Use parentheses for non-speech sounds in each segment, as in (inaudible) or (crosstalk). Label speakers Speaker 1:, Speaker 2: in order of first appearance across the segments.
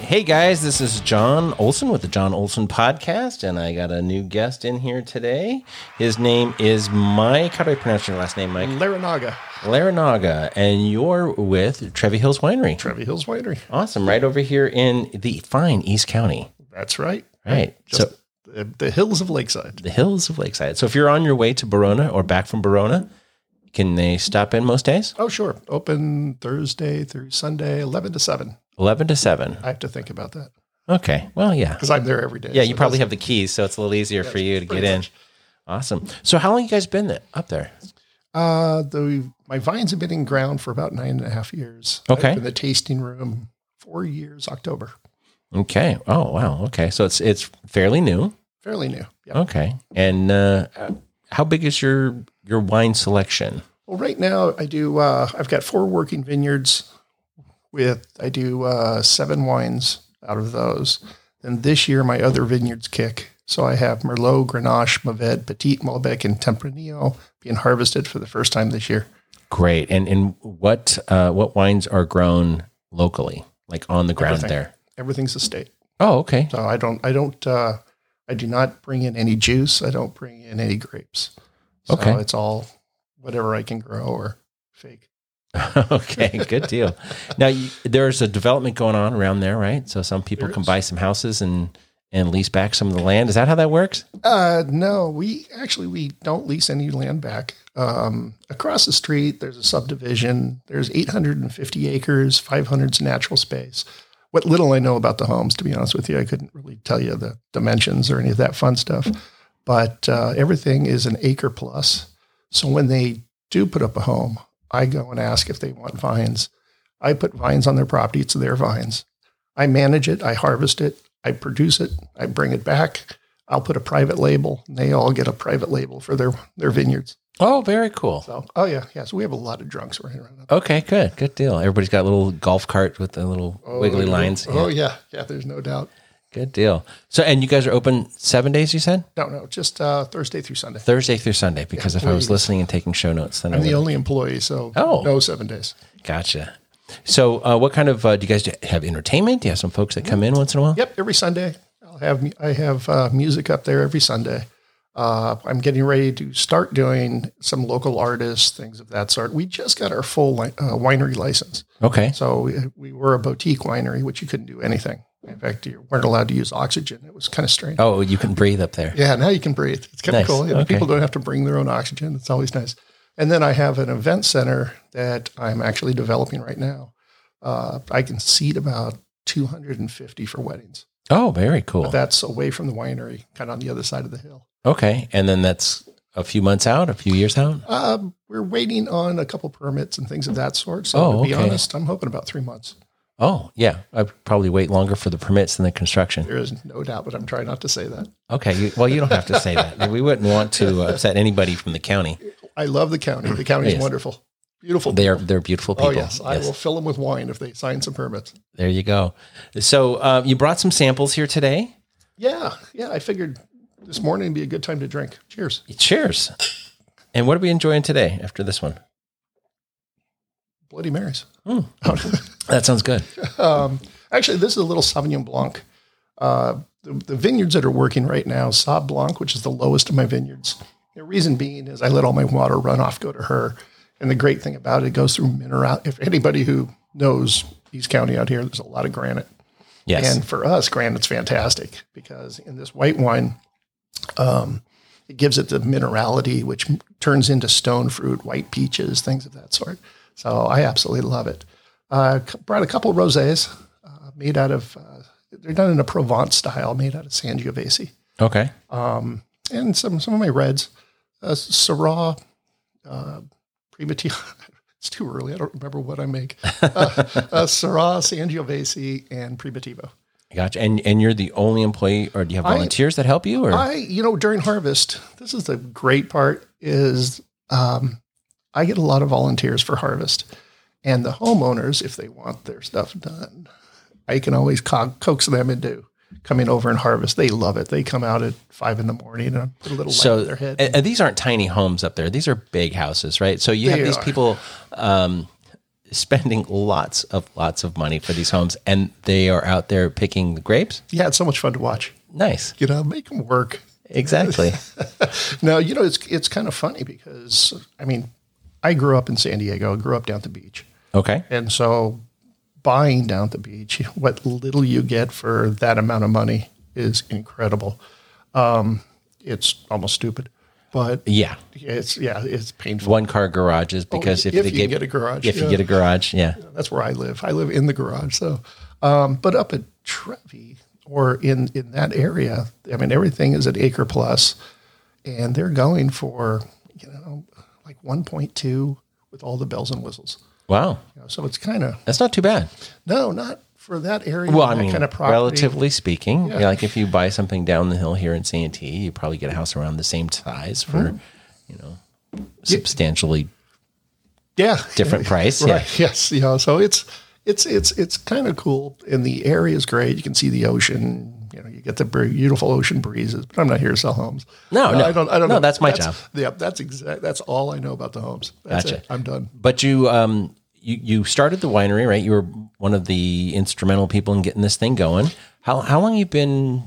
Speaker 1: Hey guys, this is John Olson with the John Olson Podcast, and I got a new guest in here today. His name is Mike. How do I pronounce your last name, Mike?
Speaker 2: Larinaga,
Speaker 1: Larinaga, and you're with Trevi Hills Winery.
Speaker 2: Trevi Hills Winery.
Speaker 1: Awesome, right over here in the fine East County.
Speaker 2: That's right.
Speaker 1: Right.
Speaker 2: Just
Speaker 1: so
Speaker 2: the, the hills of Lakeside.
Speaker 1: the hills of Lakeside. So if you're on your way to Barona or back from Barona, can they stop in most days?
Speaker 2: Oh, sure. Open Thursday through Sunday, 11 to 7.
Speaker 1: 11 to 7.
Speaker 2: I have to think about that
Speaker 1: Okay. Well, yeah.
Speaker 2: because I'm there every day.
Speaker 1: Yeah, you
Speaker 2: so
Speaker 1: probably have the keys, so it's a little easier for you to get
Speaker 2: pretty
Speaker 1: in. Awesome. So how long you guys been there, up there?
Speaker 2: that's- Uh, the, my vines have been in ground for about nine and a half years.
Speaker 1: Okay.
Speaker 2: In the tasting room, four years, October.
Speaker 1: Okay. Oh wow. Okay. So it's it's fairly new.
Speaker 2: Fairly new. Yeah.
Speaker 1: Okay. And uh, how big is your your wine selection?
Speaker 2: Well, right now I do, uh, I've got four working vineyards with, I do uh, seven wines out of those. And this year my other vineyards kick. So I have Merlot, Grenache, Mavet, Petit Malbec, and Tempranillo being harvested for the first time this year.
Speaker 1: Great. And and what uh, what wines are grown locally, like on the ground
Speaker 2: Everything.
Speaker 1: there?
Speaker 2: Everything's estate.
Speaker 1: Oh, okay. (laughs)
Speaker 2: So I don't, I don't, uh, I do not bring in any juice. I don't bring in any grapes. So
Speaker 1: Okay.
Speaker 2: it's all whatever I can grow or fake.
Speaker 1: okay. Good deal. now you, there's a development going on around there, right? So some people
Speaker 2: There
Speaker 1: can
Speaker 2: is.
Speaker 1: buy some houses and and lease back some of the land. Is that how that works?
Speaker 2: Uh, no, we actually we don't lease any land back. Um, across the street, there's a subdivision. There's 850 acres, 500's natural space. What little I know about the homes, to be honest with you, I couldn't really tell you the dimensions or any of that fun stuff. But uh, everything is an acre plus. So when they do put up a home, I go and ask if they want vines. I put vines on their property. It's their vines. I manage it. I harvest it. I produce it. I bring it back. I'll put a private label. And they all get a private label for their their vineyards.
Speaker 1: Oh, very cool.
Speaker 2: So, oh yeah, yeah. So we have a lot of drunks running around.
Speaker 1: Okay, good, good deal. Everybody's got a little golf cart with the little wiggly
Speaker 2: Oh,
Speaker 1: lines.
Speaker 2: Oh
Speaker 1: Yeah,
Speaker 2: yeah, yeah. There's no doubt.
Speaker 1: good deal. So, and you guys are open seven days, you said
Speaker 2: No, no. Just uh, Thursday through Sunday.
Speaker 1: Thursday through Sunday. Because if I was
Speaker 2: please.
Speaker 1: listening and taking show notes, then I
Speaker 2: I'm
Speaker 1: would.
Speaker 2: the only employee, so
Speaker 1: Oh.
Speaker 2: no seven days.
Speaker 1: Gotcha. So, uh, what kind of uh, do you guys do, have entertainment? Do you have some folks that come in once in a while?
Speaker 2: Yep, every Sunday. I'll have mu- I have uh, music up there every Sunday. Uh, I'm getting ready to start doing some local artists, things of that sort. We just got our full li- uh, winery license.
Speaker 1: Okay.
Speaker 2: So we, we were a boutique winery, which you couldn't do anything. In fact, you weren't allowed to use oxygen. It was kind of strange.
Speaker 1: Oh, you can breathe up there.
Speaker 2: Yeah, now you can breathe. It's kind
Speaker 1: Nice.
Speaker 2: of cool. And
Speaker 1: Okay.
Speaker 2: People don't have to bring their own oxygen. It's always nice. And then I have an event center that I'm actually developing right now. Uh, I can seat about 250 for weddings.
Speaker 1: Oh, very cool.
Speaker 2: That's away from the winery, kind of on the other side of the hill.
Speaker 1: Okay, and then that's a few months out, a few years out.
Speaker 2: Um, we're waiting on a couple permits and things of that sort. So
Speaker 1: Oh,
Speaker 2: to be
Speaker 1: okay.
Speaker 2: honest, I'm hoping about three months.
Speaker 1: Oh, yeah. I probably wait longer for the permits than the construction.
Speaker 2: There is no doubt, but I'm trying not to say that.
Speaker 1: Okay. You, well, you don't have to say that. We wouldn't want to upset anybody from the county.
Speaker 2: I love the county. The county is
Speaker 1: Yes.
Speaker 2: wonderful, beautiful.
Speaker 1: They are they're beautiful people.
Speaker 2: oh yes, I will fill them with wine if they sign some permits.
Speaker 1: There you go. So uh, you brought some samples here today.
Speaker 2: Yeah, yeah. I figured this morning would be a good time to drink. Cheers.
Speaker 1: Cheers. And what are we enjoying today after this one?
Speaker 2: Bloody Marys.
Speaker 1: That sounds good.
Speaker 2: Um, (laughs) actually, this is a little Sauvignon Blanc. Uh, the, the vineyards that are working right now, Sauv Blanc, which is the lowest of my vineyards. The reason being is I let all my water runoff go to her. And the great thing about it, it goes through mineral. If anybody who knows East County out here, there's a lot of granite.
Speaker 1: Yes.
Speaker 2: And for us, granite's fantastic because in this white wine, um, it gives it the minerality, which m- turns into stone fruit, white peaches, things of that sort. So I absolutely love it. Uh, c- brought a couple rosés uh, made out of, uh, they're done in a Provence style, made out of Sangiovese,
Speaker 1: okay.
Speaker 2: and some some of my reds, uh, Syrah, uh, Primitivo. (laughs) It's too early. I don't remember what I make. (laughs) Uh, uh, Syrah, Sangiovese, and Primitivo.
Speaker 1: Gotcha. And and you're the only employee, or do you have volunteers that help you? Or
Speaker 2: I, you know, during harvest, this is the great part is um, I get a lot of volunteers for harvest, and the homeowners, if they want their stuff done, I can always co- coax them into coming over and harvest. They love it. They come out at five in the morning and I put a little light in
Speaker 1: so
Speaker 2: their head.
Speaker 1: and- and these aren't tiny homes up there. These are big houses, right? So you have
Speaker 2: They
Speaker 1: these
Speaker 2: are.
Speaker 1: people. Um, spending lots of lots of money for these homes, and they are out there picking the grapes.
Speaker 2: Yeah, it's so much fun to watch.
Speaker 1: Nice,
Speaker 2: You know, make them work.
Speaker 1: exactly.
Speaker 2: Now, you know, it's it's kind of funny because I mean, I grew up in San Diego. I grew up down at the beach,
Speaker 1: Okay,
Speaker 2: and so buying down at the beach, what little you get for that amount of money is incredible. Um, it's almost stupid, but
Speaker 1: yeah.
Speaker 2: it's yeah, it's painful.
Speaker 1: One car garages because if,
Speaker 2: Oh, if
Speaker 1: they
Speaker 2: you
Speaker 1: get,
Speaker 2: get a garage,
Speaker 1: if you
Speaker 2: yeah.
Speaker 1: get a garage, yeah,
Speaker 2: That's where I live. I live in the garage, so. Um, but up at Trevi or in in that area, I mean, everything is at acre plus, and they're going for you know like one point two with all the bells and whistles.
Speaker 1: wow,
Speaker 2: You know, so it's kind of
Speaker 1: that's not too bad.
Speaker 2: no, not for that area.
Speaker 1: Well, I
Speaker 2: that
Speaker 1: mean,
Speaker 2: kind of property.
Speaker 1: relatively speaking, like if you buy something down the hill here in Santee, you probably get a house around the same size for,
Speaker 2: Mm-hmm.
Speaker 1: you know, substantially
Speaker 2: yeah, (laughs)
Speaker 1: different price. Yeah.
Speaker 2: Right. Yes. Yeah. So it's it's it's it's kind of cool, and the area is great. You can see the ocean. You know, you get the br- beautiful ocean breezes. But I'm not here to sell homes. Uh,
Speaker 1: No, no.
Speaker 2: I don't. I don't.
Speaker 1: No,
Speaker 2: know.
Speaker 1: that's my job.
Speaker 2: Yeah, that's exact. That's all I know about the homes. That's
Speaker 1: Gotcha.
Speaker 2: it. I'm done.
Speaker 1: But you, um, you, you started the winery, right? You were one of the instrumental people in getting this thing going. How how long you been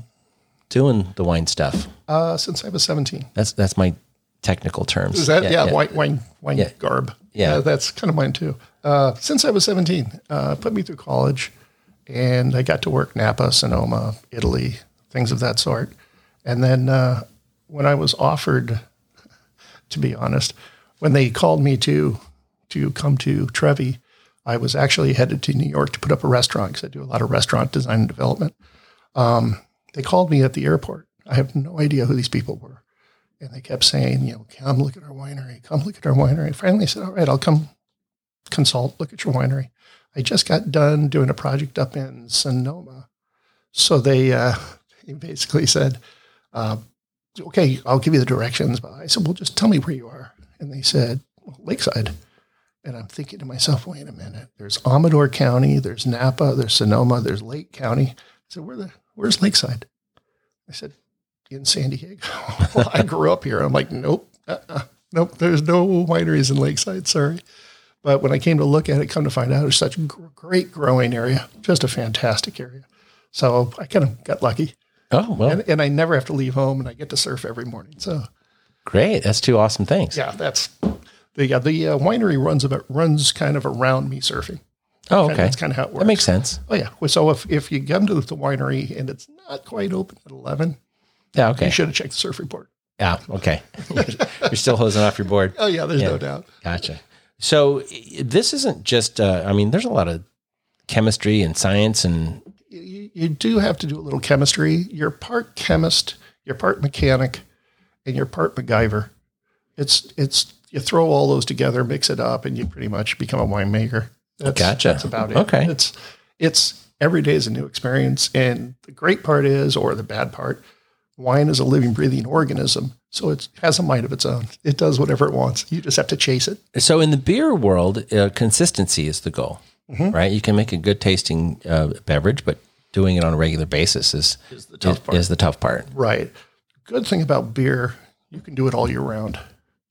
Speaker 1: doing the wine stuff?
Speaker 2: Uh, since I was 17,
Speaker 1: That's that's my technical terms.
Speaker 2: is that yeah, wine wine wine garb?
Speaker 1: Yeah.
Speaker 2: that's kind of mine too. Uh, since I was 17, uh, put me through college, and I got to work Napa, Sonoma, Italy, things of that sort. And then uh, when I was offered (laughs) to be honest. When they called me to to come to Trevi, I was actually headed to New York to put up a restaurant because I do a lot of restaurant design and development. Um, they called me at the airport. I have no idea who these people were, and they kept saying, "You know, come look at our winery. Come look at our winery." Finally, I said, "All right, I'll come consult. Look at your winery." I just got done doing a project up in Sonoma, so they uh, (laughs) they basically said, uh, okay, I'll give you the directions. But I said, well, just tell me where you are. And they said, well, Lakeside. And I'm thinking to myself, wait a minute. There's Amador County, there's Napa, there's Sonoma, there's Lake County. I said, where the where's Lakeside? I said, in San Diego. (laughs) well, I grew up here. I'm like, nope, uh-uh, nope. There's no wineries in Lakeside. Sorry. But when I came to look at it, come to find out, it's such a gr- great growing area, just a fantastic area. So I kind of got lucky
Speaker 1: Oh well,
Speaker 2: and, and I never have to leave home, and I get to surf every morning. So
Speaker 1: great. That's two awesome things.
Speaker 2: yeah, that's the yeah, the uh, winery runs about runs kind of around me surfing.
Speaker 1: Oh
Speaker 2: And
Speaker 1: okay,
Speaker 2: that's kind of how it works.
Speaker 1: that makes sense.
Speaker 2: oh yeah. Well, So if if you come to the winery and it's not quite open at eleven,
Speaker 1: Yeah
Speaker 2: you
Speaker 1: okay.
Speaker 2: should have checked the surf report.
Speaker 1: Yeah okay. (laughs) You're still hosing off your board.
Speaker 2: Oh yeah, there's no doubt.
Speaker 1: Gotcha. So i- this isn't just. Uh, I mean, there's a lot of chemistry and science, and
Speaker 2: You- You, you do have to do a little chemistry. You're part chemist, you're part mechanic, and you're part MacGyver. It's it's you throw all those together, mix it up, and you pretty much become a winemaker. That's,
Speaker 1: Gotcha.
Speaker 2: That's about it.
Speaker 1: Okay.
Speaker 2: It's it's every day is a new experience, and the great part is, or the bad part, wine is a living, breathing organism, so it has a mind of its own. It does whatever it wants. You just have to chase it.
Speaker 1: so in the beer world, uh, consistency is the goal, right? You can make a good tasting uh, beverage, but doing it on a regular basis is is the tough part. Is the tough part.
Speaker 2: Right. Good thing about beer, you can do it all year round.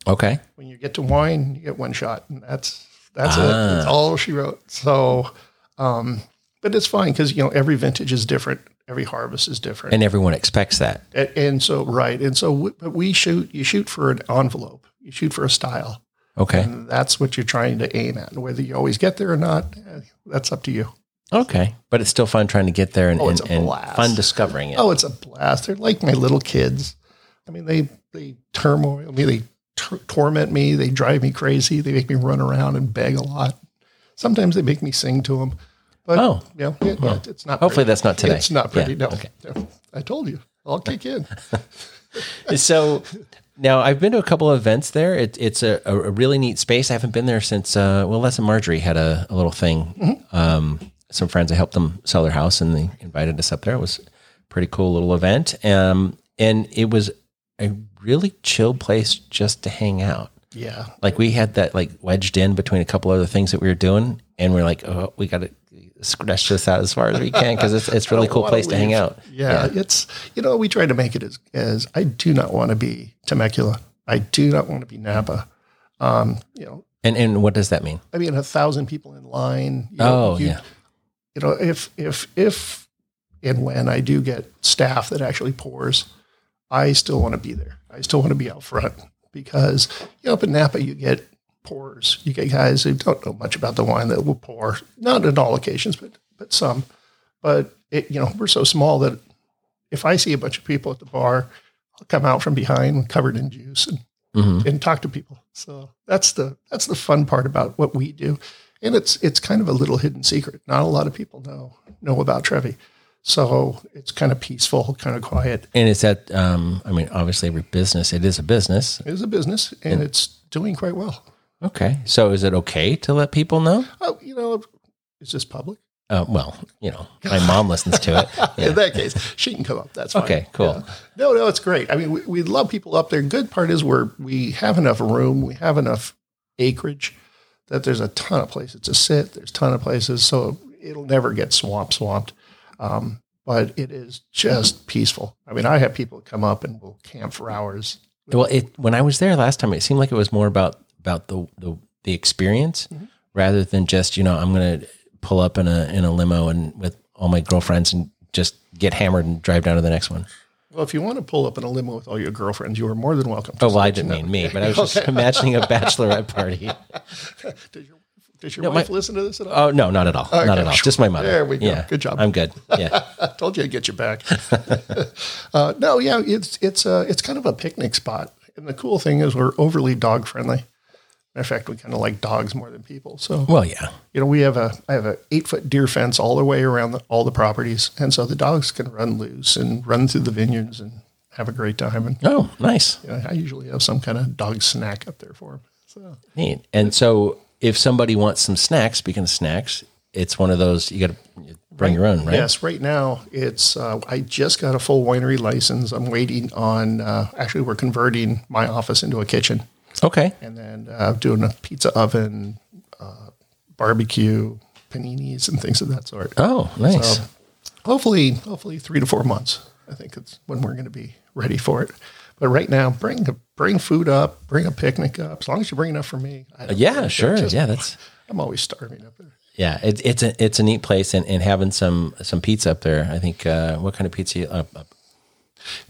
Speaker 1: Okay.
Speaker 2: when you get to wine, you get one shot, and that's that's it. That's all she wrote. So, um, but it's fine because you know every vintage is different, every harvest is different,
Speaker 1: And everyone expects that.
Speaker 2: and, and so right, and so w- but we shoot. You shoot for an envelope. You shoot for a style.
Speaker 1: Okay.
Speaker 2: And that's what you're trying to aim at. Whether you always get there or not, eh, that's up to you.
Speaker 1: Okay. But it's still fun trying to get there and,
Speaker 2: Oh, it's
Speaker 1: and,
Speaker 2: a
Speaker 1: and
Speaker 2: blast.
Speaker 1: fun discovering it.
Speaker 2: Oh, it's a blast. They're like my little kids. I mean, they they turmoil me, they tor- torment me, they drive me crazy, they make me run around and beg a lot. Sometimes they make me sing to them. But
Speaker 1: Oh.
Speaker 2: yeah, it- it- it's not.
Speaker 1: Hopefully
Speaker 2: pretty.
Speaker 1: that's not today.
Speaker 2: It's not pretty.
Speaker 1: Yeah,
Speaker 2: No, No. I told you, I'll kick
Speaker 1: (laughs)
Speaker 2: in.
Speaker 1: so now I've been to a couple of events there. It, it's a, a a really neat space. I haven't been there since uh, well, Les and Marjorie had a, a little thing. Um, some friends I helped them sell their house, and they invited us up there. It was a pretty cool little event, um, and it was a really chill place just to hang out.
Speaker 2: Yeah,
Speaker 1: Like we had that like wedged in between a couple other things that we were doing, and we're like, oh, we got to scratch this out as far as we can because it's it's a really cool
Speaker 2: wanna
Speaker 1: place to hang
Speaker 2: leave.
Speaker 1: out.
Speaker 2: yeah, It's you know we try to make it as as I do not want to be Temecula. I do not want to be Napa. Um, you know,
Speaker 1: And and what does that mean?
Speaker 2: I mean, a thousand people in line. You
Speaker 1: Oh,
Speaker 2: you,
Speaker 1: yeah.
Speaker 2: You know, if if if and when I do get staff that actually pours, I still want to be there. I still want to be out front because you know, up in Napa, you get pourers. You get guys who don't know much about the wine that will pour. Not in all occasions, but but some. But it, you know, we're so small that if I see a bunch of people at the bar, I'll come out from behind covered in juice and
Speaker 1: hmm
Speaker 2: and talk to people. So that's the that's the fun part about what we do, and it's it's kind of a little hidden secret. Not a lot of people know know about Trevi, so it's kind of peaceful, kind of quiet.
Speaker 1: And it's that um, I mean, obviously, every business it is a business.
Speaker 2: It is a business, and it's doing quite well.
Speaker 1: Okay, so is it okay to let people know?
Speaker 2: Oh, you know, it's just public.
Speaker 1: Uh, well, you know, my (laughs) mom listens to it. Yeah.
Speaker 2: In that case, she can come up. That's
Speaker 1: (laughs)
Speaker 2: fine.
Speaker 1: Okay, cool.
Speaker 2: Yeah. No, no, it's great. I mean, we, we love people up there. Good part is we're we have enough room, we have enough acreage that there's a ton of places to sit. There's a ton of places, so it'll never get swamp swamped. Um, but it is just peaceful. I mean, I have people come up and will camp for hours.
Speaker 1: Well, it when I was there last time, it seemed like it was more about about the the, the experience rather than just you know I'm gonna pull up in a in a limo and with all my girlfriends and just get hammered and drive down to the next one.
Speaker 2: Well, if you want to pull up in a limo with all your girlfriends, you are more than welcome.
Speaker 1: Oh well, I didn't mean me, but (laughs) I was just imagining a (laughs) bachelorette party.
Speaker 2: Did your, does your wife listen to this at all?
Speaker 1: Oh no, not at all, not at all. Just my mother.
Speaker 2: There we go.
Speaker 1: Yeah,
Speaker 2: Good job.
Speaker 1: I'm good. (laughs) Yeah,
Speaker 2: I told you I'd get you back. (laughs) uh, no, yeah, it's it's uh, it's kind of a picnic spot, and the cool thing is we're overly dog friendly. In fact, we kind of like dogs more than people. So
Speaker 1: well, yeah.
Speaker 2: you know, we have a I have a eight foot deer fence all the way around the, all the properties, and so the dogs can run loose and run through the vineyards and have a great time. And
Speaker 1: Oh, nice,
Speaker 2: you know, I usually have some kind of dog snack up there for them. So
Speaker 1: neat. And so, if somebody wants some snacks, speaking of snacks, it's one of those you got to bring your own, right?
Speaker 2: Yes, right now it's. Uh, I just got a full winery license. I'm waiting on. Uh, actually, we're converting my office into a kitchen,
Speaker 1: Okay.
Speaker 2: and then uh, doing a pizza oven, uh, barbecue, paninis, and things of that sort. Uh,
Speaker 1: Oh, nice.
Speaker 2: Hopefully, hopefully three to four months. I think it's when we're going to be ready for it. But right now, bring bring food up, bring a picnic up. As long as you bring enough for me, I don't
Speaker 1: yeah,
Speaker 2: care.
Speaker 1: sure.
Speaker 2: Just-
Speaker 1: yeah, that's
Speaker 2: I'm always starving up there.
Speaker 1: yeah. It's it's a it's a neat place, and, and having some some pizza up there. I think uh, what kind of pizza? You, uh, uh, are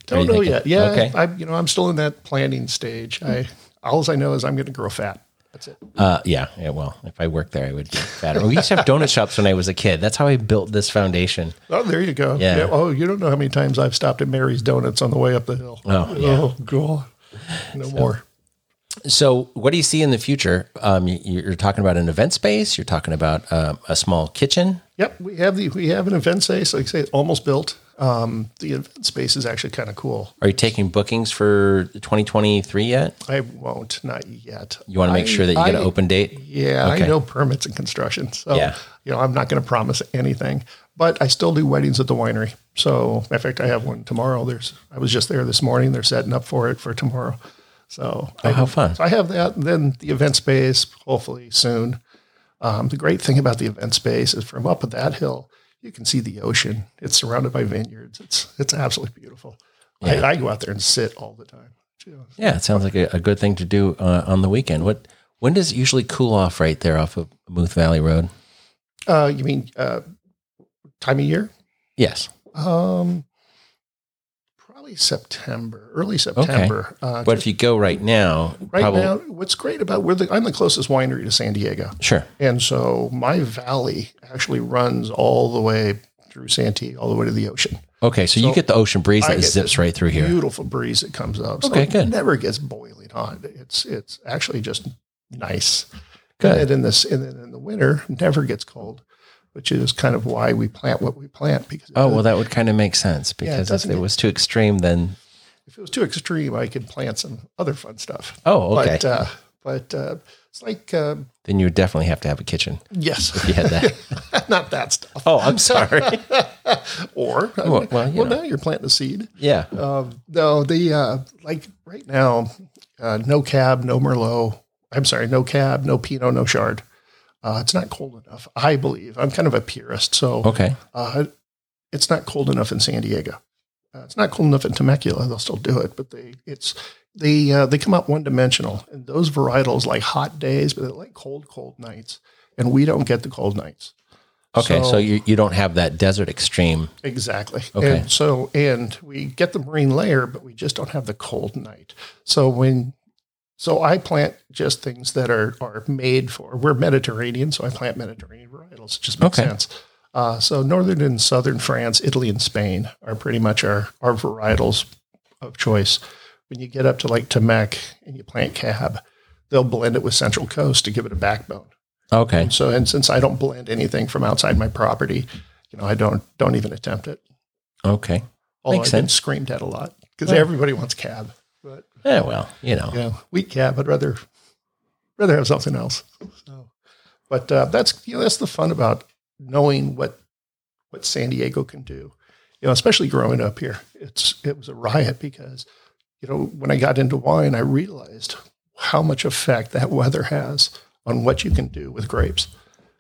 Speaker 2: Don't
Speaker 1: you
Speaker 2: know
Speaker 1: thinking?
Speaker 2: yet. Yeah,
Speaker 1: Okay.
Speaker 2: I'm. You know, I'm still in that planning stage. I all I know is I'm going to grow fat. That's it.
Speaker 1: Uh, yeah, yeah. Well, if I worked there, I would be fatter. we used to have donut shops when I was a kid. That's how I built this foundation.
Speaker 2: Oh, there you go.
Speaker 1: Yeah.
Speaker 2: Oh, you don't know how many times I've stopped at Mary's Donuts on the way up the hill.
Speaker 1: Oh, yeah.
Speaker 2: Oh, God. No more.
Speaker 1: So, what do you see in the future? Um, you, you're talking about an event space. You're talking about um, a small kitchen.
Speaker 2: Yep, we have the we have an event space. Like I say, almost built. Um, the event space is actually kind of cool.
Speaker 1: Are you taking bookings for 2023 yet?
Speaker 2: I won't, not yet.
Speaker 1: You want to make
Speaker 2: I-
Speaker 1: sure that you get
Speaker 2: I-
Speaker 1: an open date.
Speaker 2: Yeah,
Speaker 1: Okay.
Speaker 2: I know permits and construction. So,
Speaker 1: Yeah.
Speaker 2: you know, I'm not going to promise anything, but I still do weddings at the winery. So, in fact, I have one tomorrow. There's, I was just there this morning. They're setting up for it for tomorrow. So, I,
Speaker 1: Oh, how fun.
Speaker 2: So I have that. And then the event space, hopefully soon. Um, the great thing about the event space is from up at that hill, you can see the ocean. It's surrounded by vineyards. It's it's absolutely beautiful. I, I go out there and sit all the time. too.
Speaker 1: Yeah, it sounds like a, a good thing to do uh, on the weekend. What when does it usually cool off right there off of Muth Valley Road?
Speaker 2: Uh, you mean uh, time of year?
Speaker 1: Yes,
Speaker 2: Um, probably September, early September. Uh,
Speaker 1: but if you go right now,
Speaker 2: right
Speaker 1: probably
Speaker 2: now, what's great about we're the I'm the closest winery to San Diego,
Speaker 1: sure.
Speaker 2: and so my valley actually runs all the way through Santee, all the way to the ocean.
Speaker 1: Okay, so, you get the ocean breeze that zips right through here.
Speaker 2: Beautiful breeze that comes up. So
Speaker 1: Okay, good.
Speaker 2: It never gets boiling hot. It's it's actually just nice.
Speaker 1: Good.
Speaker 2: And in this and then in the winter, never gets cold, which is kind of why we plant what we plant because it
Speaker 1: Oh well, that would kind of make sense because if
Speaker 2: doesn't
Speaker 1: it
Speaker 2: it?
Speaker 1: was too extreme, then
Speaker 2: if it was too extreme, I could plant some other fun stuff.
Speaker 1: Oh, okay.
Speaker 2: But, uh, but uh, it's like, uh,
Speaker 1: then you would definitely have to have a kitchen.
Speaker 2: yes, (laughs)
Speaker 1: You had that.
Speaker 2: not that stuff.
Speaker 1: oh, I'm
Speaker 2: (laughs)
Speaker 1: sorry.
Speaker 2: Or, I
Speaker 1: Well, well,
Speaker 2: mean, well,
Speaker 1: you know.
Speaker 2: now you're planting a seed.
Speaker 1: yeah.
Speaker 2: Um, no, the, uh, like right now, uh, no cab, no Merlot. I'm sorry, no cab, no Pinot, no Chard. Uh, it's not cold enough, I believe. I'm kind of a purist. So,
Speaker 1: Okay.
Speaker 2: uh, it's not cold enough in San Diego. Uh, it's not cold enough in Temecula. They'll still do it, but they it's they uh, they come out one dimensional, and those varietals like hot days, but they like cold, cold nights, and we don't get the cold nights.
Speaker 1: Okay, so,
Speaker 2: So-
Speaker 1: you, you don't have that desert extreme.
Speaker 2: Exactly.
Speaker 1: Okay.
Speaker 2: And so, and we get the marine layer, but we just don't have the cold night. So when, so I plant just things that are are made for. We're Mediterranean, so I plant Mediterranean varietals. It just makes
Speaker 1: Okay.
Speaker 2: sense. Uh, so northern and southern France, Italy, and Spain are pretty much our our varietals of choice. When you get up to like Temec and you plant cab, they'll blend it with Central Coast to give it a backbone.
Speaker 1: Okay,
Speaker 2: So, and since I don't blend anything from outside my property, you know, I don't don't even attempt it.
Speaker 1: okay.
Speaker 2: Although
Speaker 1: Makes
Speaker 2: I've been
Speaker 1: sense.
Speaker 2: screamed at a lot because
Speaker 1: Yeah.
Speaker 2: everybody wants cab. But
Speaker 1: Eh, well, you know.
Speaker 2: you know, wheat cab, I'd rather rather have something else. So, but uh, that's you know that's the fun about knowing what what San Diego can do. You know, especially growing up here, it's it was a riot because you know when I got into wine, I realized how much effect that weather has on what you can do with grapes.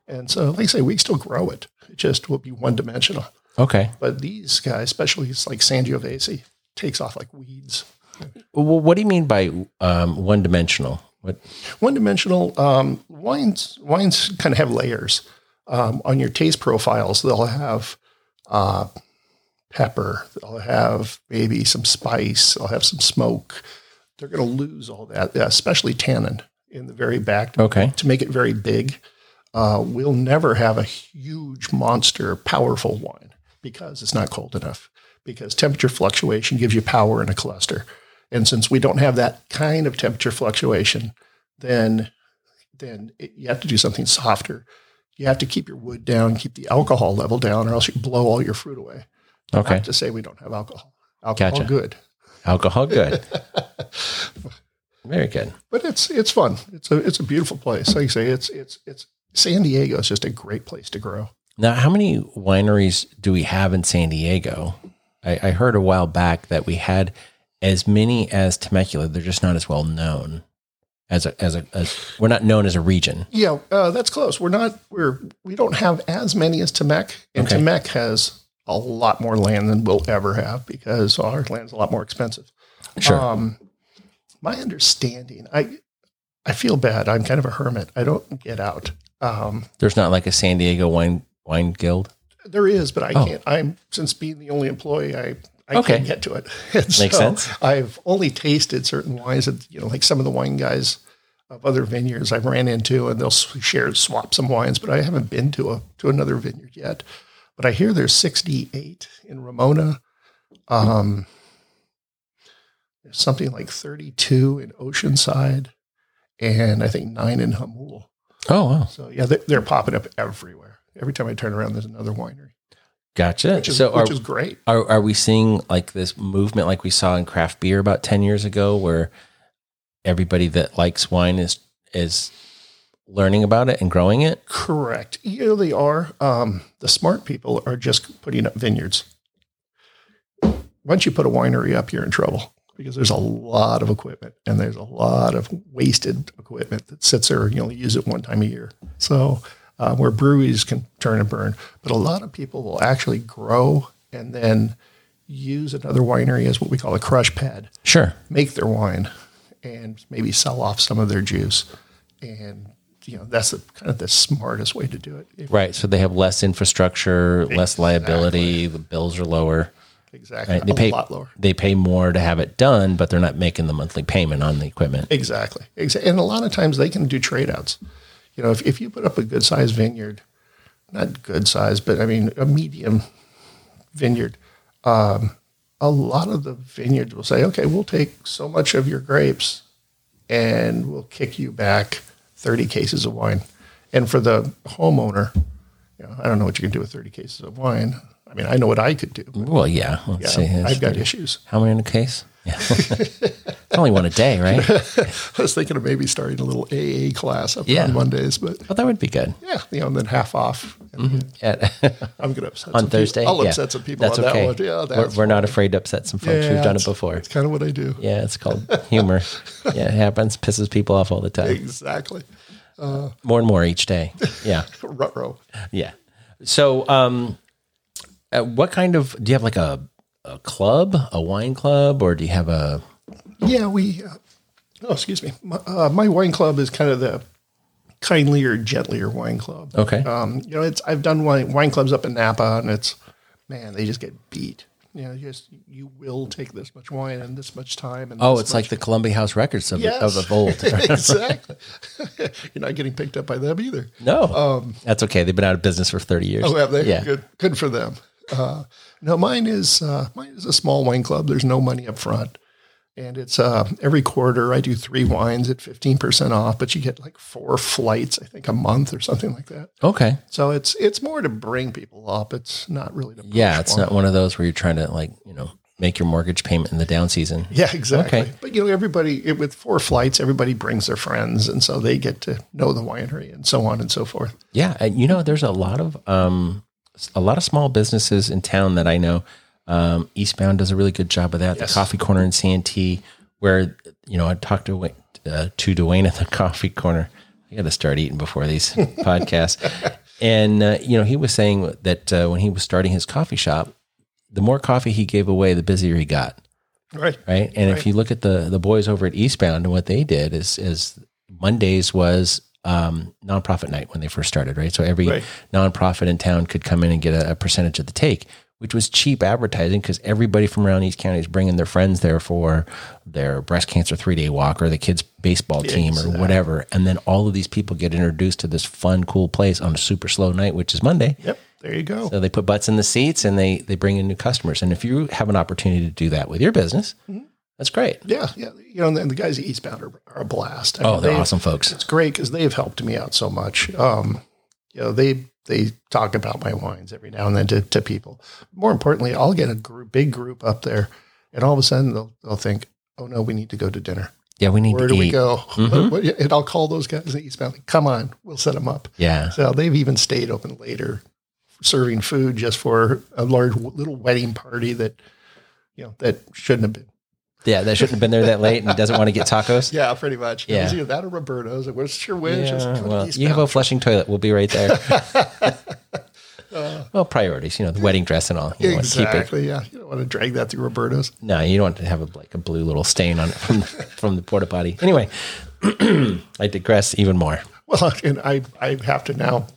Speaker 2: And so, like I say, we still grow it. It just will be one dimensional.
Speaker 1: Okay.
Speaker 2: But these guys, especially it's like Sangiovese, takes off like weeds.
Speaker 1: Well, what do you mean by um, one dimensional? What?
Speaker 2: One dimensional um, wines wines kind of have layers um, on your taste profiles. They'll have uh, pepper. They'll have maybe some spice. They'll have some smoke. They're going to lose all that, especially tannin in the very back to,
Speaker 1: Okay.
Speaker 2: to make it very big. Uh, we'll never have a huge monster, powerful wine because it's not cold enough. Because temperature fluctuation gives you power in a cluster, and since we don't have that kind of temperature fluctuation, then then it, you have to do something softer. You have to keep your wood down, keep the alcohol level down, or else you blow all your fruit away.
Speaker 1: Okay.
Speaker 2: Not to say we don't have alcohol. Alcohol
Speaker 1: Gotcha.
Speaker 2: good,
Speaker 1: Alcohol good. Very good.
Speaker 2: but it's it's fun. It's a it's a beautiful place. Like I say, it's it's it's San Diego is just a great place to grow.
Speaker 1: Now, how many wineries do we have in San Diego? I, I heard a while back that we had as many as Temecula. They're just not as well known as a, as a as we're not known as a region.
Speaker 2: Yeah, uh, that's close. We're not we're we don't have as many as Temec, and
Speaker 1: Okay.
Speaker 2: Temec has a lot more land than we'll ever have because our land's a lot more expensive.
Speaker 1: Sure.
Speaker 2: Um, my understanding, I I feel bad. I'm kind of a hermit. I don't get out. Um,
Speaker 1: There's not like a San Diego wine wine guild.
Speaker 2: there is, but I
Speaker 1: Oh.
Speaker 2: can't. I'm since being the only employee, I I
Speaker 1: Okay.
Speaker 2: can't get to it. (laughs) And
Speaker 1: Makes sense.
Speaker 2: I've only tasted certain wines that you know, like some of the wine guys of other vineyards I've ran into, and they'll s- share swap some wines, but I haven't been to a to another vineyard yet. But I hear there's 68 in Ramona. Um, there's something like 32 in Oceanside, and I think nine in Hamul.
Speaker 1: Oh, wow.
Speaker 2: So yeah, they're, they're popping up everywhere. Every time I turn around, there's another winery,
Speaker 1: Gotcha.
Speaker 2: which is,
Speaker 1: so are,
Speaker 2: which is great.
Speaker 1: are are we seeing like this movement like we saw in craft beer about 10 years ago where everybody that likes wine is is learning about it and growing it?
Speaker 2: Correct. Yeah, they are. Um, the smart people are just putting up vineyards. Once you put a winery up, you're in trouble because there's a lot of equipment and there's a lot of wasted equipment that sits there and you only use it one time a year. So, uh, where breweries can turn and burn, but a lot of people will actually grow and then use another winery as what we call a crush pad
Speaker 1: Sure.
Speaker 2: make their wine and maybe sell off some of their juice and you know that's the, kind of the smartest way to do it If-
Speaker 1: Right. So they have less infrastructure, less liability. The bills are lower.
Speaker 2: exactly
Speaker 1: Right? They
Speaker 2: a
Speaker 1: pay
Speaker 2: lot lower
Speaker 1: They pay more to have it done, but they're not making the monthly payment on the equipment.
Speaker 2: exactly exactly and a lot of times they can do trade outs you know if, if you put up a good sized vineyard not good size but i mean a medium vineyard um, a lot of the vineyards will say okay we'll take so much of your grapes and we'll kick you back 30 cases of wine. And for the homeowner, you know, I don't know what you can do with 30 cases of wine. I mean, I know what I could do. But
Speaker 1: Well, yeah. Let's see.
Speaker 2: yeah,
Speaker 1: It's
Speaker 2: I've got issues. (laughs)
Speaker 1: How many in a case? Yeah. It's only one a day,
Speaker 2: (laughs)
Speaker 1: right?
Speaker 2: I was thinking of maybe starting a little AA class up
Speaker 1: Yeah.
Speaker 2: on Mondays, but
Speaker 1: Well, that would be good.
Speaker 2: yeah, you know, and then half off.
Speaker 1: Yeah. (laughs)
Speaker 2: I'm going to upset
Speaker 1: Mm-hmm. on
Speaker 2: some
Speaker 1: Thursday.
Speaker 2: People. I'll
Speaker 1: yeah.
Speaker 2: upset some people on that one. Yeah,
Speaker 1: we're,
Speaker 2: that's,
Speaker 1: we're not afraid to upset some folks. We've done it
Speaker 2: that's-
Speaker 1: before.
Speaker 2: That's kind of what I do.
Speaker 1: Yeah, it's called
Speaker 2: (laughs)
Speaker 1: humor. yeah, it happens. Pisses people off all the time.
Speaker 2: Exactly.
Speaker 1: More and more each
Speaker 2: (laughs)
Speaker 1: day. Yeah.
Speaker 2: Ruh-roh.
Speaker 1: Yeah. So, um, uh, what kind of do you have like a a club, a wine club, or do you have a
Speaker 2: Yeah, we. Uh, oh, excuse me. My, uh, my wine club is kind of the kindlier, gentlier wine club.
Speaker 1: Okay.
Speaker 2: Um, you know, it's I've done wine, wine clubs up in Napa, and it's man, they just get beat. You know, you just you will take this much wine and this much time. And
Speaker 1: oh,
Speaker 2: this
Speaker 1: it's
Speaker 2: much-
Speaker 1: like the Columbia House records of,
Speaker 2: Yes.
Speaker 1: of, of old.
Speaker 2: (laughs) exactly. (laughs) You're not getting picked up by them either.
Speaker 1: No, that's okay. They've been out of business for thirty years.
Speaker 2: Um, Oh, have they?
Speaker 1: Yeah.
Speaker 2: Good, good for them. Uh, no, mine is uh, mine is a small wine club. There's no money up front, and it's uh, every quarter I do three wines at fifteen percent off, but you get like four flights, I think, a month or something like that.
Speaker 1: Okay.
Speaker 2: So it's it's more to bring people up. It's not really to push
Speaker 1: Yeah, it's
Speaker 2: one.
Speaker 1: not one of those where you're trying to like you know make your mortgage payment in the down season.
Speaker 2: Yeah, exactly.
Speaker 1: Okay.
Speaker 2: But you know, everybody it, with four flights, everybody brings their friends, and so they get to know the winery and so on and so forth.
Speaker 1: Yeah, and you know, there's a lot of um, a lot of small businesses in town that I know. Um, Eastbound does a really good job of that. The Coffee Corner in Santee, where you know I talked to Wa- uh, to Dwayne at the (laughs) Coffee Corner. I got to start eating before these (laughs) podcasts. And uh, you know, he was saying that uh, when he was starting his coffee shop, the more coffee he gave away, the busier he got.
Speaker 2: Right.
Speaker 1: right? And if you look at the the boys over at Eastbound and what they did is is Mondays was um, nonprofit night when they first started, right? So every
Speaker 2: Right.
Speaker 1: nonprofit in town could come in and get a, a percentage of the take, which was cheap advertising because everybody from around East County is bringing their friends there for their breast cancer three day walk or the kids baseball team or whatever, and then all of these people get introduced to this fun, cool place on a super slow night, which is Monday.
Speaker 2: Yep. There you go.
Speaker 1: So they put butts in the seats and they they bring in new customers. And if you have an opportunity to do that with your business,
Speaker 2: Mm-hmm.
Speaker 1: that's great.
Speaker 2: yeah, yeah. You know, and the, and the guys at Eastbound are, are a blast. I
Speaker 1: Oh,
Speaker 2: mean,
Speaker 1: they're
Speaker 2: they-
Speaker 1: awesome folks.
Speaker 2: It's great because they've helped me out so much. Um, you know, they they talk about my wines every now and then to, to people. More importantly, I'll get a group, big group up there, and all of a sudden they'll they'll think, "Oh no, we need to go to dinner.
Speaker 1: Yeah, we need
Speaker 2: Where
Speaker 1: to
Speaker 2: do
Speaker 1: eat. Mm-hmm.
Speaker 2: we go?" What- what- and I'll call those guys at Eastbound. Like, Come on, we'll set them up.
Speaker 1: Yeah.
Speaker 2: So they've even stayed open later, serving food just for a large little wedding party that you know that shouldn't have been.
Speaker 1: Yeah, that shouldn't have been there that late and doesn't want to get tacos.
Speaker 2: (laughs) Yeah, pretty much. It was
Speaker 1: Yeah.
Speaker 2: either that or Roberto's. It was your wish. Just
Speaker 1: Yeah,
Speaker 2: come to
Speaker 1: well, you
Speaker 2: Eastbound.
Speaker 1: have a flushing toilet. We'll be right
Speaker 2: (laughs)
Speaker 1: there. (laughs) well, priorities, you know, the wedding dress and all. You don't want to keep it.
Speaker 2: Exactly. Yeah, you don't want to drag that through Roberto's. (laughs)
Speaker 1: No, you don't want to have a, like a blue little stain on it from from the porta potty. Anyway, (clears throat) I digress even more.
Speaker 2: Well, and I I have to now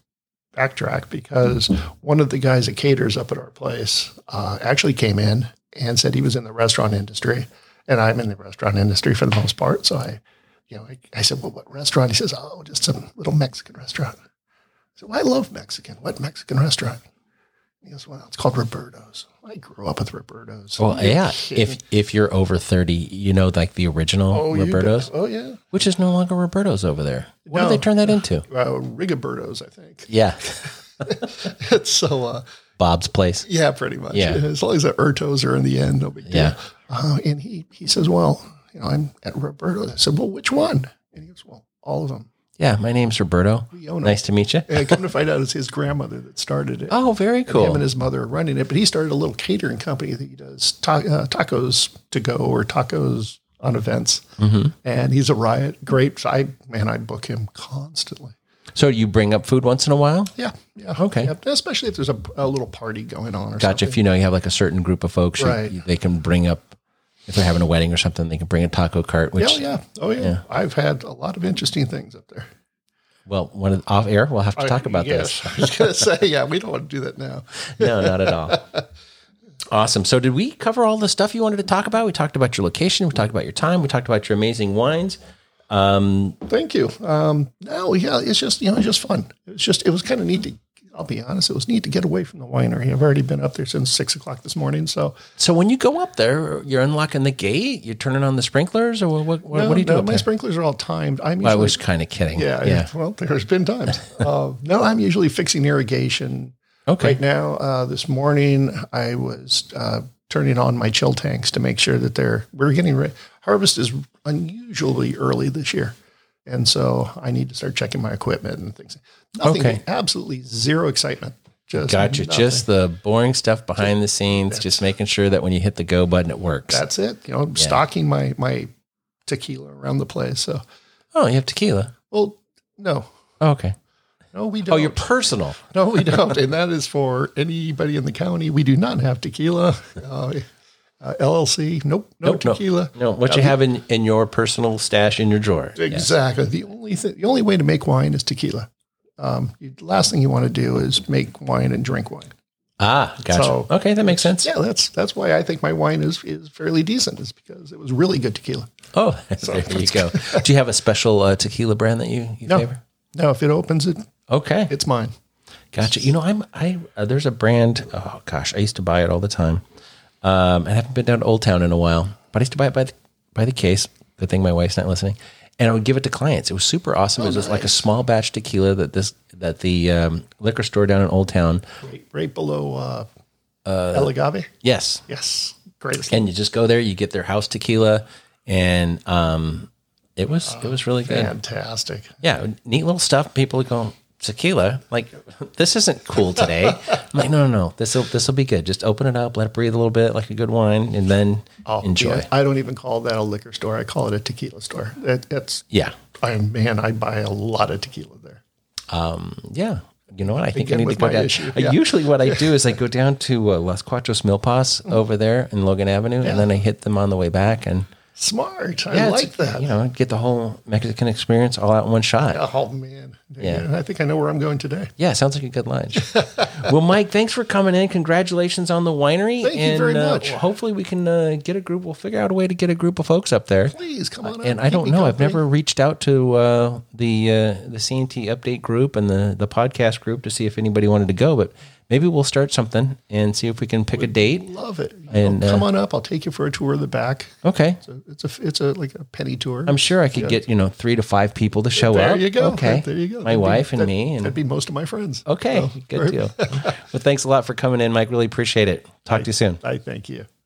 Speaker 2: backtrack because one of the guys that caters up at our place uh, actually came in and said he was in the restaurant industry, and I'm in the restaurant industry for the most part. So I, you know, I, I said, well, what restaurant? He says, oh, just some little Mexican restaurant. I said, well, I love Mexican. What Mexican restaurant? He goes, well, it's called Roberto's. I grew up with Roberto's.
Speaker 1: Well,
Speaker 2: Are you
Speaker 1: yeah,
Speaker 2: kidding?
Speaker 1: if if you're over thirty, you know, like the original
Speaker 2: Oh, you bet.
Speaker 1: Roberto's,
Speaker 2: Oh, yeah.
Speaker 1: which is no longer Roberto's over there. What
Speaker 2: No.
Speaker 1: did they turn that into?
Speaker 2: uh, Rigoberto's, I think.
Speaker 1: Yeah, (laughs)
Speaker 2: It's (laughs) so, uh,
Speaker 1: Bob's place.
Speaker 2: yeah, pretty much.
Speaker 1: Yeah.
Speaker 2: As long as the Ertos are in the end, no big deal.
Speaker 1: Yeah.
Speaker 2: Uh, and he, he says, well, you know, I'm at Roberto's. I said, well, which one? And he goes, well, all of them.
Speaker 1: Yeah, my name's Roberto.
Speaker 2: We own 'em.
Speaker 1: Nice to meet you.
Speaker 2: And come to find out, it's his grandmother that started it.
Speaker 1: Oh, very
Speaker 2: Him and
Speaker 1: cool.
Speaker 2: his mother are running it, but he started a little catering company that he does ta- uh, tacos to go or tacos on events.
Speaker 1: Mm-hmm.
Speaker 2: And he's a riot. Great. I, man, I book him constantly.
Speaker 1: So you bring up food once in a while?
Speaker 2: Yeah. Yeah.
Speaker 1: Okay.
Speaker 2: Yep. Especially if there's a, a little party going on or
Speaker 1: Gotcha. If you know you have like a certain group of folks, you-
Speaker 2: Right.
Speaker 1: you- they can bring up if they're having a wedding or something, they can bring a taco cart. Which,
Speaker 2: Oh yeah, oh yeah. I've had a lot of interesting things up there.
Speaker 1: well, one of the, off air, we'll have to talk
Speaker 2: (laughs)
Speaker 1: about
Speaker 2: Yes, I was gonna say, yeah, we don't want to do that now.
Speaker 1: this. No, not at all.
Speaker 2: (laughs)
Speaker 1: awesome. So, did we cover all the stuff you wanted to talk about? We talked about your location, we talked about your time, we talked about your amazing wines.
Speaker 2: Thank you. Um, no, yeah, it's just you know, it's just fun. It's just it was kind of neat to. I'll be honest, it was neat to get away from the winery. I've already been up there since six o'clock this morning, so
Speaker 1: So, when you go up there, you're unlocking the gate, you're turning on the sprinklers, or what? What, what do you do?
Speaker 2: No,
Speaker 1: up
Speaker 2: my
Speaker 1: there?
Speaker 2: sprinklers are all timed. I'm usually
Speaker 1: I was kind of kidding.
Speaker 2: yeah,
Speaker 1: yeah.
Speaker 2: Well, there's been times. (laughs) uh, no, I'm usually fixing irrigation.
Speaker 1: Okay.
Speaker 2: Right now, uh, this morning, I was uh, turning on my chill tanks to make sure that they're we're getting re- harvest is unusually early this year, and so I need to start checking my equipment and things. Nothing,
Speaker 1: Okay.
Speaker 2: absolutely zero excitement. Just
Speaker 1: Gotcha.
Speaker 2: nothing.
Speaker 1: Just the boring stuff behind the scenes, just making sure that when you hit the go button, it works.
Speaker 2: that's it. You know, I'm stocking my my tequila around the place. So,
Speaker 1: Oh, you have tequila.
Speaker 2: well, no,
Speaker 1: Oh, okay.
Speaker 2: no, we
Speaker 1: Oh,
Speaker 2: don't.
Speaker 1: your personal. (laughs)
Speaker 2: No, we don't. and that is for anybody in the county. We do not have tequila. Uh, Uh, LLC, nope, no
Speaker 1: Nope, no.
Speaker 2: tequila.
Speaker 1: No, what you have in, in your personal stash in your drawer.
Speaker 2: Exactly. The only th- the only way to make wine is tequila. Um, you, the last thing you want to do is make wine and drink wine.
Speaker 1: Ah, gotcha.
Speaker 2: So-
Speaker 1: okay, that makes sense.
Speaker 2: Yeah, that's that's why I think my wine is is fairly decent. Is because it was really good tequila.
Speaker 1: Oh, (laughs) there you
Speaker 2: (laughs)
Speaker 1: go. Do you have a special uh, tequila brand that you, you
Speaker 2: No,
Speaker 1: favor?
Speaker 2: no, if it opens it,
Speaker 1: Okay,
Speaker 2: it's mine.
Speaker 1: gotcha. You know, I'm I uh, there's a brand. Oh gosh, I used to buy it all the time. Um, and I haven't been down to Old Town in a while, but I used to buy it by the, by the case. Good thing my wife's not listening. And I would give it to clients. It was super awesome. it was like a small batch tequila that this that the um, liquor store down in Old Town.
Speaker 2: Right, right below uh, El Agave.
Speaker 1: Yes,
Speaker 2: Yes, greatest.
Speaker 1: and you just go there, you get their house tequila, and um, it was it was really good.
Speaker 2: Fantastic.
Speaker 1: Yeah, neat little stuff. People go tequila. Like this isn't cool today. I'm like, no, no, no. This will this will be good. Just open it up, let it breathe a little bit, like a good wine, and then
Speaker 2: Oh,
Speaker 1: enjoy.
Speaker 2: yeah, I don't even call that a liquor store. I call it a tequila store. It, it's
Speaker 1: Yeah.
Speaker 2: I man, I buy a lot of tequila there.
Speaker 1: Yeah. You know what? I think I
Speaker 2: Again,
Speaker 1: need to
Speaker 2: with
Speaker 1: go
Speaker 2: my
Speaker 1: down.
Speaker 2: issue,
Speaker 1: I-
Speaker 2: yeah.
Speaker 1: Usually, what
Speaker 2: (laughs)
Speaker 1: I do is I go down to uh, Las Cuatro Milpas over there in Logan Avenue, and then I hit them on the way back. And
Speaker 2: Smart. I
Speaker 1: yeah, it's-
Speaker 2: like that.
Speaker 1: You know, get the whole Mexican experience all out in one shot.
Speaker 2: Oh man.
Speaker 1: Yeah.
Speaker 2: I think I know where I'm going today.
Speaker 1: Yeah, sounds like a good
Speaker 2: (laughs)
Speaker 1: lunch. well, Mike, thanks for coming in. Congratulations on the winery.
Speaker 2: Thank you
Speaker 1: and,
Speaker 2: very
Speaker 1: uh,
Speaker 2: much.
Speaker 1: hopefully, we can uh, get a group. We'll figure out a way to get a group of folks up there.
Speaker 2: Please come on. up.
Speaker 1: And I
Speaker 2: Keep
Speaker 1: don't
Speaker 2: me
Speaker 1: know. I've
Speaker 2: company.
Speaker 1: never reached out to uh, the uh, the CNT update group and the the podcast group to see if anybody wanted to go, but maybe we'll start something and see if we can pick a date.
Speaker 2: love it. You
Speaker 1: And,
Speaker 2: know, come
Speaker 1: uh,
Speaker 2: on up. I'll take you for a tour of the back.
Speaker 1: Okay.
Speaker 2: It's a it's a like a penny tour.
Speaker 1: I'm sure I could get you know three to five people to show
Speaker 2: there
Speaker 1: up.
Speaker 2: you go.
Speaker 1: Okay,
Speaker 2: There you go.
Speaker 1: My
Speaker 2: That'd be-
Speaker 1: wife and
Speaker 2: that-
Speaker 1: me, and
Speaker 2: that'd Oh, be most of my friends. (laughs)
Speaker 1: okay, good deal. well, thanks a lot for coming in, Mike. Really appreciate it. Talk to you soon.
Speaker 2: I thank you.